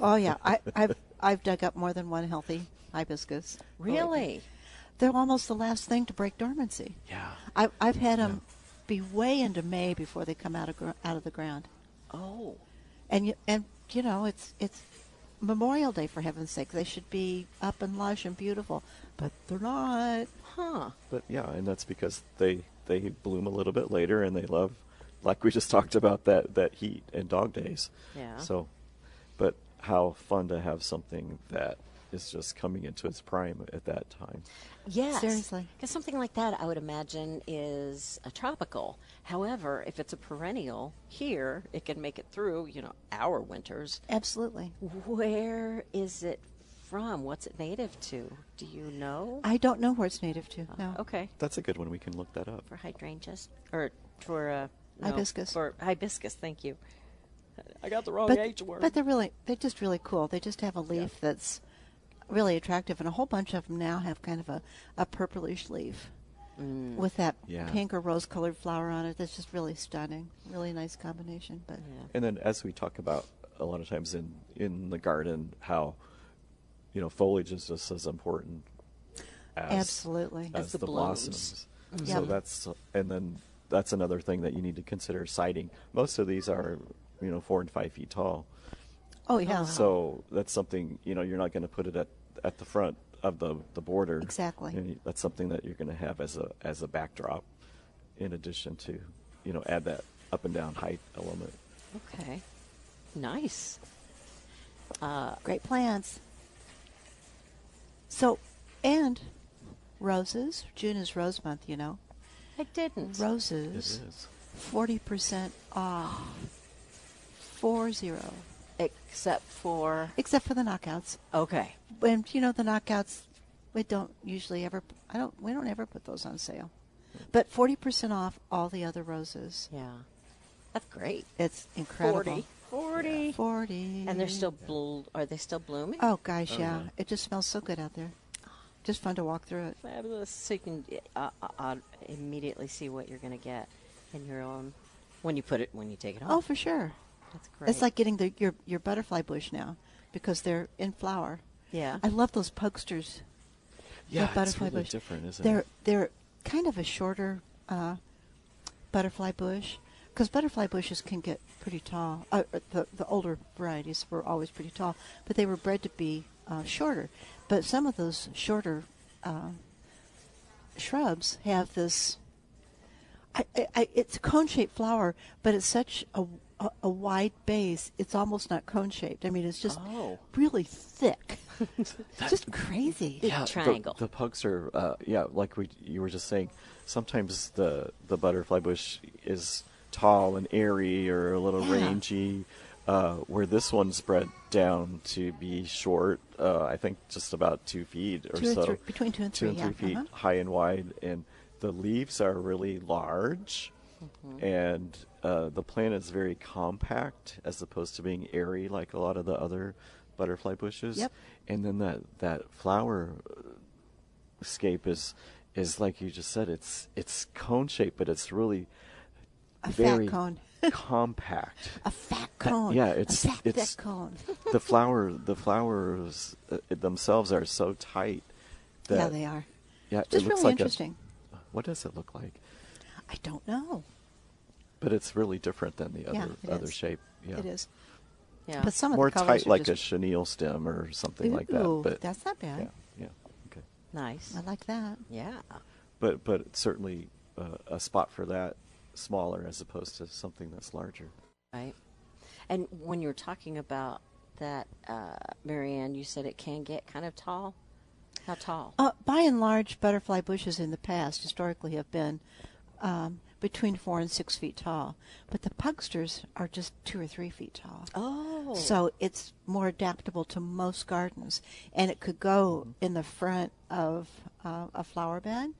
S2: Oh yeah, I, I've I've dug up more than one healthy hibiscus.
S1: really
S2: They're almost the last thing to break dormancy.
S3: Yeah.
S2: I, I've had them be way into May before they come out of gr- out of the ground.
S1: oh
S2: And you, and you know, it's it's Memorial Day for heaven's sake. They should be up and lush and beautiful, but they're not.
S1: huh
S3: But yeah, and that's because they they bloom a little bit later, and they love, like we just talked about that that heat and dog days.
S1: Yeah.
S3: So, but how fun to have something that is just coming into its prime at that time.
S1: Yes.
S2: Seriously.
S1: Because something like that, I would imagine, is a tropical. However, if it's a perennial here, it can make it through, you know, our winters.
S2: Absolutely.
S1: Where is it from? What's it native to? Do you know?
S2: I don't know where it's native to. No.
S1: Okay.
S3: That's a good one. We can look that up.
S1: For hydrangeas? Or for uh, no,
S2: Hibiscus.
S1: For hibiscus, thank you. I got the wrong
S2: But,
S1: H word.
S2: but they're really they're just really cool. They just have a leaf that's really attractive, and a whole bunch of them now have kind of a, a purplish leaf
S1: Mm.
S2: with that
S3: Yeah.
S2: pink or rose colored flower on it. That's just really stunning. Really nice combination. But
S3: And then, as we talk about a lot of times in in the garden, how you know foliage is just as important as
S2: absolutely.
S3: as,
S1: the
S3: the,
S1: blooms.
S3: blossoms.
S2: Mm-hmm. Yeah.
S3: So that's and then that's another thing that you need to consider sighting. Most of these are you know four and five feet tall,
S2: oh yeah.
S3: so that's something you know you're not going to put it at at the front of the the border.
S2: Exactly.
S3: And you- that's something that you're going to have as a as a backdrop, in addition to you know add that up and down height element.
S1: okay. Nice.
S2: Great plants. So, and roses. June is Rose Month, you know.
S1: I didn't.
S3: It
S2: Roses,
S3: is.
S2: forty percent off. Four zero,
S1: Except for
S2: except for the knockouts.
S1: okay.
S2: And you know the knockouts, we don't usually ever. I don't. We don't ever put those on sale. But forty percent off all the other roses.
S1: Yeah, that's great.
S2: It's incredible.
S1: 40.
S2: Forty.
S1: And they're still blo- Are they still blooming?
S2: Oh gosh, yeah. It just smells so good out there.
S1: Oh.
S2: Just fun to walk through it.
S1: fabulous. So you can uh, uh, uh, immediately see what you're going to get in your own when you put it when you take it
S2: Oh,
S1: off.
S2: for sure.
S1: that's great.
S2: It's like getting the, your your butterfly bush now because they're in flower.
S1: Yeah.
S2: I love those pokesters. the
S3: Yeah, it's
S2: butterfly
S3: really
S2: bush.
S3: different, isn't
S2: they're
S3: it?
S2: they're kind of a shorter uh, butterfly bush because butterfly bushes can get pretty tall. Uh, uh, the the older varieties were always pretty tall, but they were bred to be uh, shorter. But some of those shorter uh, shrubs have this. I, I- I, it's a cone-shaped flower, but it's such a, a, a wide base. It's almost not cone-shaped. I mean, it's just
S3: Oh.
S2: really thick. it's just crazy.
S1: Big
S3: Yeah,
S1: triangle.
S3: The, the pugs are, uh, yeah, like we you were just saying. Sometimes the the butterfly bush is tall and airy or a little rangy, uh, where this one's bred down to be short. Uh, I think just about two feet or
S2: Two or
S3: so,
S2: three- between two and
S3: two and
S2: three, yeah,
S3: three feet
S2: uh-huh.
S3: high and wide, and the leaves are really large.
S2: Mm-hmm.
S3: And uh, the plant is very compact as opposed to being airy like a lot of the other butterfly bushes.
S2: Yep.
S3: And then that, that flower uh, scape is is like you just said it's it's cone shaped but it's really
S2: A
S3: very
S2: fat cone.
S3: compact
S2: A fat cone.
S3: yeah it's
S2: a fat
S3: it's
S2: thick cone.
S3: the flower the flowers uh, themselves are so tight that
S2: yeah, they are.
S3: yeah it
S2: Just
S3: looks
S2: really
S3: like a-
S2: interesting.
S3: what does it look like
S2: I I don't know.
S3: but it's really different than the other
S2: Yeah, it
S3: other
S2: is.
S3: shape yeah
S2: It is.
S1: yeah.
S2: But some of
S3: more
S2: the colors
S3: tight
S2: are
S3: like a
S2: just,
S3: chenille stem or something like that
S2: Ooh,
S3: but
S2: that's not bad.
S3: yeah yeah okay
S1: nice.
S2: I like that.
S1: Yeah.
S3: but but certainly uh, a spot for that smaller as opposed to something that's larger
S1: Right. And when you were talking about that, uh, Marianne, you said it can get kind of tall. How tall?
S2: Uh, by and large, butterfly bushes in the past historically have been um, between four and six feet tall, but the pugsters are just two or three feet tall.
S1: Oh.
S2: So it's more adaptable to most gardens, and it could go in the front of uh, a flower bed,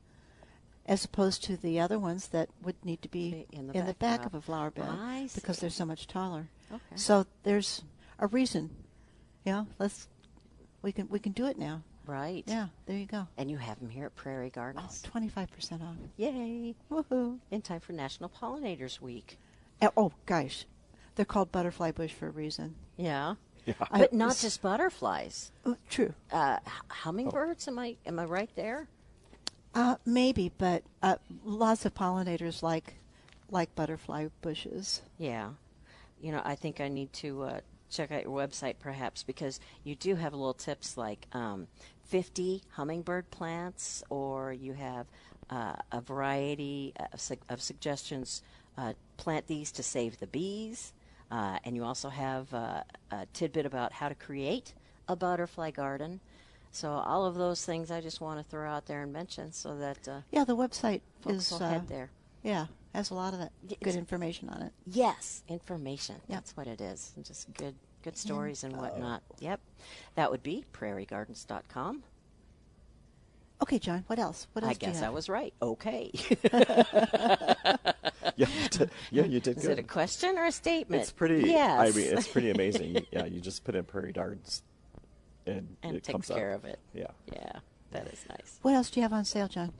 S2: as opposed to the other ones that would need to be
S1: In
S2: in
S1: the
S2: the
S1: back,
S2: back,
S1: yeah.
S2: of a flower bed
S1: I
S2: because
S1: see.
S2: they're so much taller.
S1: Okay.
S2: So there's a reason. Yeah, let's we can we can do it now.
S1: Right.
S2: Yeah, there you go.
S1: And you have them here at Prairie
S2: Oh,
S1: Gardens.
S2: 25% off.
S1: Yay.
S2: Woohoo.
S1: In time for National Pollinators Week.
S2: Uh, Oh, gosh. They're called butterfly bush for a reason.
S1: Yeah.
S2: I-
S1: But not just butterflies.
S2: Oh, true.
S1: Uh, h- hummingbirds? Am I am I right there?
S2: Uh, maybe, but uh, lots of pollinators like like butterfly bushes.
S1: Yeah. You know, I think I need to uh, check out your website perhaps because you do have little tips like um, 50 hummingbird plants, or you have uh, a variety uh, of, su- of suggestions. Uh, plant these to save the bees. Uh, and you also have uh, a tidbit about how to create a butterfly garden. So, all of those things I just want to throw out there and mention so that uh,
S2: Yeah, the website
S1: folks
S2: is
S1: will
S2: uh,
S1: head there.
S2: Yeah, has a lot of that
S1: it's-
S2: good information on it.
S1: Yes, information. That's what it is. And Just good good stories and whatnot. Yep. That would be prairiegardens.com.
S2: Okay, John, what else? What else
S1: I
S2: do you
S1: guess I
S2: have?
S1: was right. Okay.
S3: yeah you did, yeah you did
S1: is
S3: good
S1: it a question or a statement?
S3: It's pretty.
S1: Yes.
S3: I mean, it's pretty amazing. yeah, you just put in prairie darts, and,
S1: and
S3: it
S1: takes
S3: comes up.
S1: care of it.
S3: Yeah.
S1: Yeah. That is nice.
S2: What else do you have on sale, John?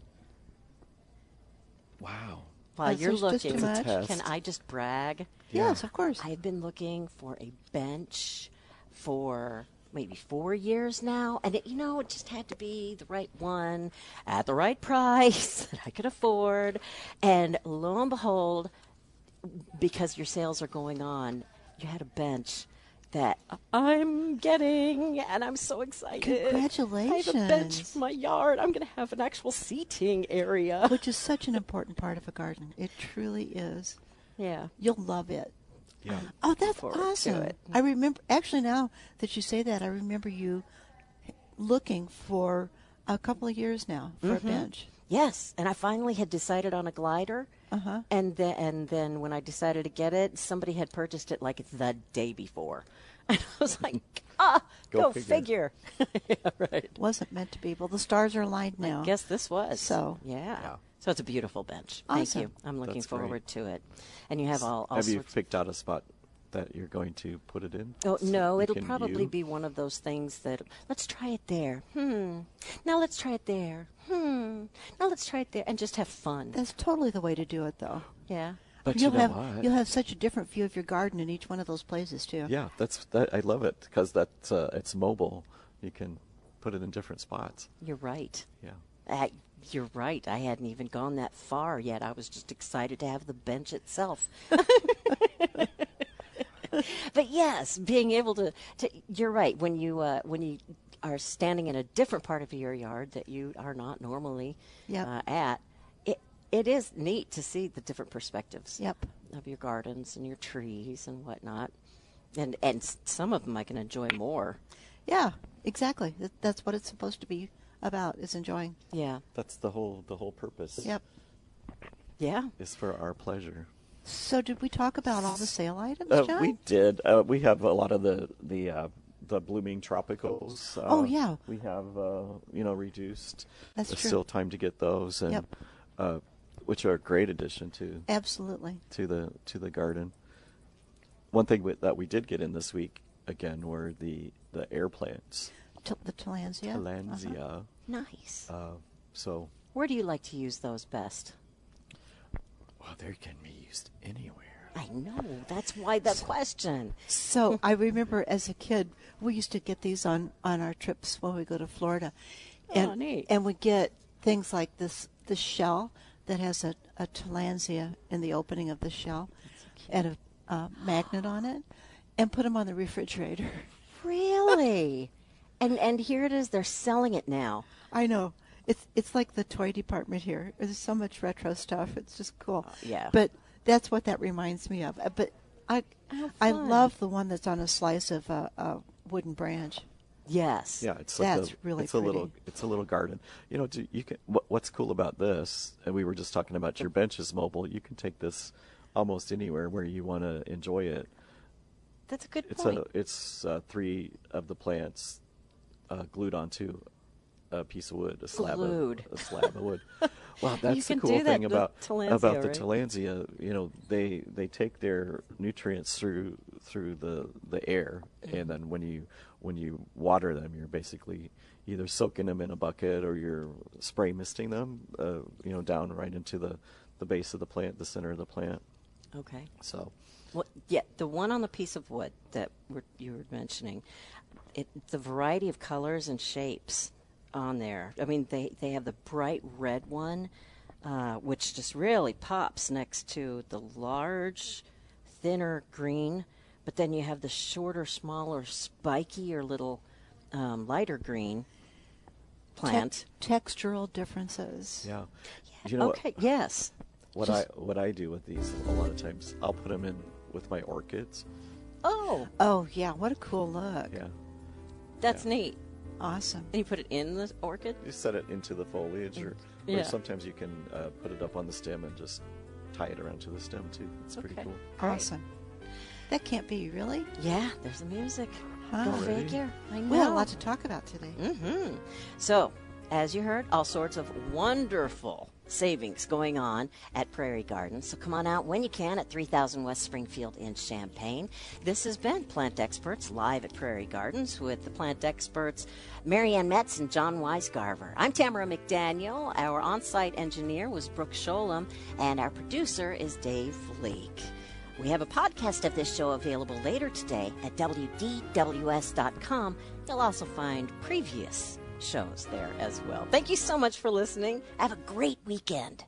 S3: Wow.
S1: While
S2: Is
S1: you're
S2: there just too
S1: looking,
S2: much?
S3: It's a
S1: can
S3: test.
S1: I just brag?
S2: Yes, of course.
S1: I've been looking for a bench for maybe four years now, and it, you know, it just had to be the right one at the right price that I could afford. And lo and behold, because your sales are going on, you had a bench that I'm getting, and I'm so excited. I have a bench
S2: Congratulations.
S1: for my yard. I'm going to have an actual seating area.
S2: Which is such an important part of a garden. It truly is.
S1: Yeah.
S2: You'll love it.
S3: Yeah.
S2: Oh, that's
S1: forward to
S2: awesome.
S1: it.
S2: I remember actually now that you say that, I remember you looking for a couple of years now for
S1: Mm-hmm.
S2: a bench.
S1: Yes, and I finally had decided on a glider.
S2: Uh-huh.
S1: And then and then when I decided to get it, somebody had purchased it like the day before. And I was like, ah,
S3: Go
S1: go,
S3: figure.
S1: figure. yeah, right.
S2: Wasn't meant to be. Well, the stars are aligned now.
S1: Guess this was.
S2: So.
S1: yeah.
S3: Yeah.
S1: So it's a beautiful bench.
S2: Awesome.
S1: Thank you. I'm looking
S3: That's great.
S1: forward to it. And you have all, all
S3: Have you
S1: sorts
S3: picked out a spot that you're going to put it in?
S1: Oh,
S3: so
S1: no,
S3: we
S1: it'll
S3: can
S1: probably
S3: view?
S1: be one of those things that let's try it there. Hmm. Now let's try it there. Hmm. Now let's try it there and just have fun.
S2: That's totally the way to do it, though.
S1: yeah.
S3: But
S2: you'll
S3: you know
S2: have
S3: what?
S2: you'll have such a different view of your garden in each one of those places too.
S3: Yeah, that's that. I love it because that's uh, it's mobile. You can put it in different spots.
S1: You're right.
S3: Yeah.
S1: I, you're right. I hadn't even gone that far yet. I was just excited to have the bench itself. but yes, being able to, to you're right. When you uh, when you are standing in a different part of your yard that you are not normally
S2: Yep.
S1: uh, at, it it is neat to see the different perspectives.
S2: Yep.
S1: Of your gardens and your trees and whatnot, and and s- some of them I can enjoy more.
S2: Yeah, exactly. That, that's what it's supposed to be about is enjoying.
S1: Yeah.
S3: That's the whole the whole purpose.
S2: Yep.
S1: Yeah.
S3: Is for our pleasure.
S2: So did we talk about all the sale items,
S3: Uh,
S2: John?
S3: we did. Uh, we have a lot of the the uh, the blooming tropicals. Uh,
S2: Oh, yeah.
S3: We have uh, you know reduced.
S2: That's
S3: There's
S2: true.
S3: Still time to get those, and
S2: Yep.
S3: uh, which are a great addition to
S2: Absolutely.
S3: to the to the garden. One thing wi- that we did get in this week again were the the air plants,
S2: T- the Uh-huh. Talansia.
S3: Talansia.
S1: Nice.
S3: Uh, so
S1: Where do you like to use those best?
S3: well, they can be used anywhere.
S1: I know. That's why the question.
S2: So I remember as a kid, we used to get these on on our trips when we go to Florida, and
S1: Oh, neat.
S2: and we get things like this this shell that has a a Talansia in the opening of the shell, and a uh, magnet on it, and put them on the refrigerator.
S1: Really? and and here it is. They're selling it now.
S2: I know. It's it's like the toy department here. There's so much retro stuff. It's just cool.
S1: Oh, yeah.
S2: But that's what that reminds me of. Uh, But I I love the one that's on a slice of a, a wooden branch.
S1: Yes.
S3: Yeah, it's like
S2: That's
S3: a,
S2: really
S3: it's a little
S2: pretty.
S3: it's a little garden. You know, do, you can what, what's cool about this, and we were just talking about your bench is mobile. You can take this almost anywhere where you want to enjoy it.
S1: That's a good
S3: It's
S1: point.
S3: a it's uh, three of the plants uh, glued onto a piece of wood, a slab
S1: Glued.
S3: of a slab of wood. Wow, that's
S1: can
S3: the cool
S1: do that
S3: thing
S1: with
S3: about about
S1: Tillandsia,
S3: the
S1: right?
S3: Talansia. You know, they they take their nutrients through through the the air, and then when you when you water them, you're basically either soaking them in a bucket or you're spray misting them. Uh, you know, down right into the the base of the plant, the center of the plant.
S1: okay.
S3: So.
S1: Well, yeah, the one on the piece of wood that we're, you were mentioning, it, the variety of colors and shapes on there. I mean, they, they have the bright red one, uh, which just really pops next to the large, thinner green. But then you have the shorter, smaller, spikier little um, lighter green
S2: Te-
S1: plant.
S2: textural differences.
S3: Yeah. You know what-
S1: okay, yes.
S3: What I what I do with these a lot of times, I'll put them in with my orchids.
S1: Oh,
S2: Oh yeah, what a cool look.
S3: Yeah,
S1: that's neat.
S2: Awesome.
S1: And you put it in the orchid?
S3: you set it into the foliage, or,
S1: Yeah.
S3: or sometimes you can uh, put it up on the stem and just tie it around to the stem too. It's pretty
S1: Okay.
S3: cool.
S2: Awesome. That can't be really.
S1: Yeah, there's the music.
S2: Huh.
S1: Go
S3: Already?
S1: figure. I know.
S2: We had a lot to talk about today.
S1: hmm So, as you heard, all sorts of wonderful savings going on at Prairie Gardens. So come on out when you can at 3000 West Springfield in Champaign. This has been Plant Experts live at Prairie Gardens with the plant experts Marianne Metz and John Weisgarver. I'm Tamara McDaniel. Our on-site engineer was Brooke Sholem, and our producer is Dave Leake. We have a podcast of this show available later today at WDWS.com. You'll also find previous shows there as well. Thank you so much for listening. Have a great weekend.